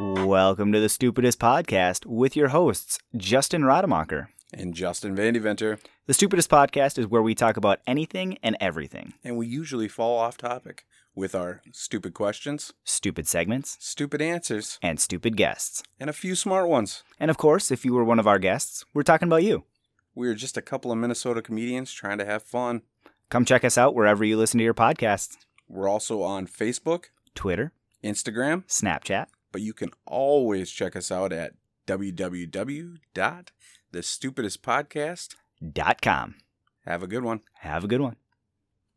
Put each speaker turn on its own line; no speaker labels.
Welcome to the Stupidest Podcast with your hosts, Justin Rademacher.
and Justin Van Deventer,
The Stupidest Podcast is where we talk about anything and everything
and we usually fall off topic with our stupid questions,
stupid segments,
stupid answers,
and stupid guests.
and a few smart ones.
And of course, if you were one of our guests, we're talking about you.
We are just a couple of Minnesota comedians trying to have fun.
Come check us out wherever you listen to your podcasts
We're also on Facebook,
Twitter,
Instagram,
Snapchat,
but you can always check us out at www.thestupidestpodcast.
dot com.
Have a good one.
Have a good one.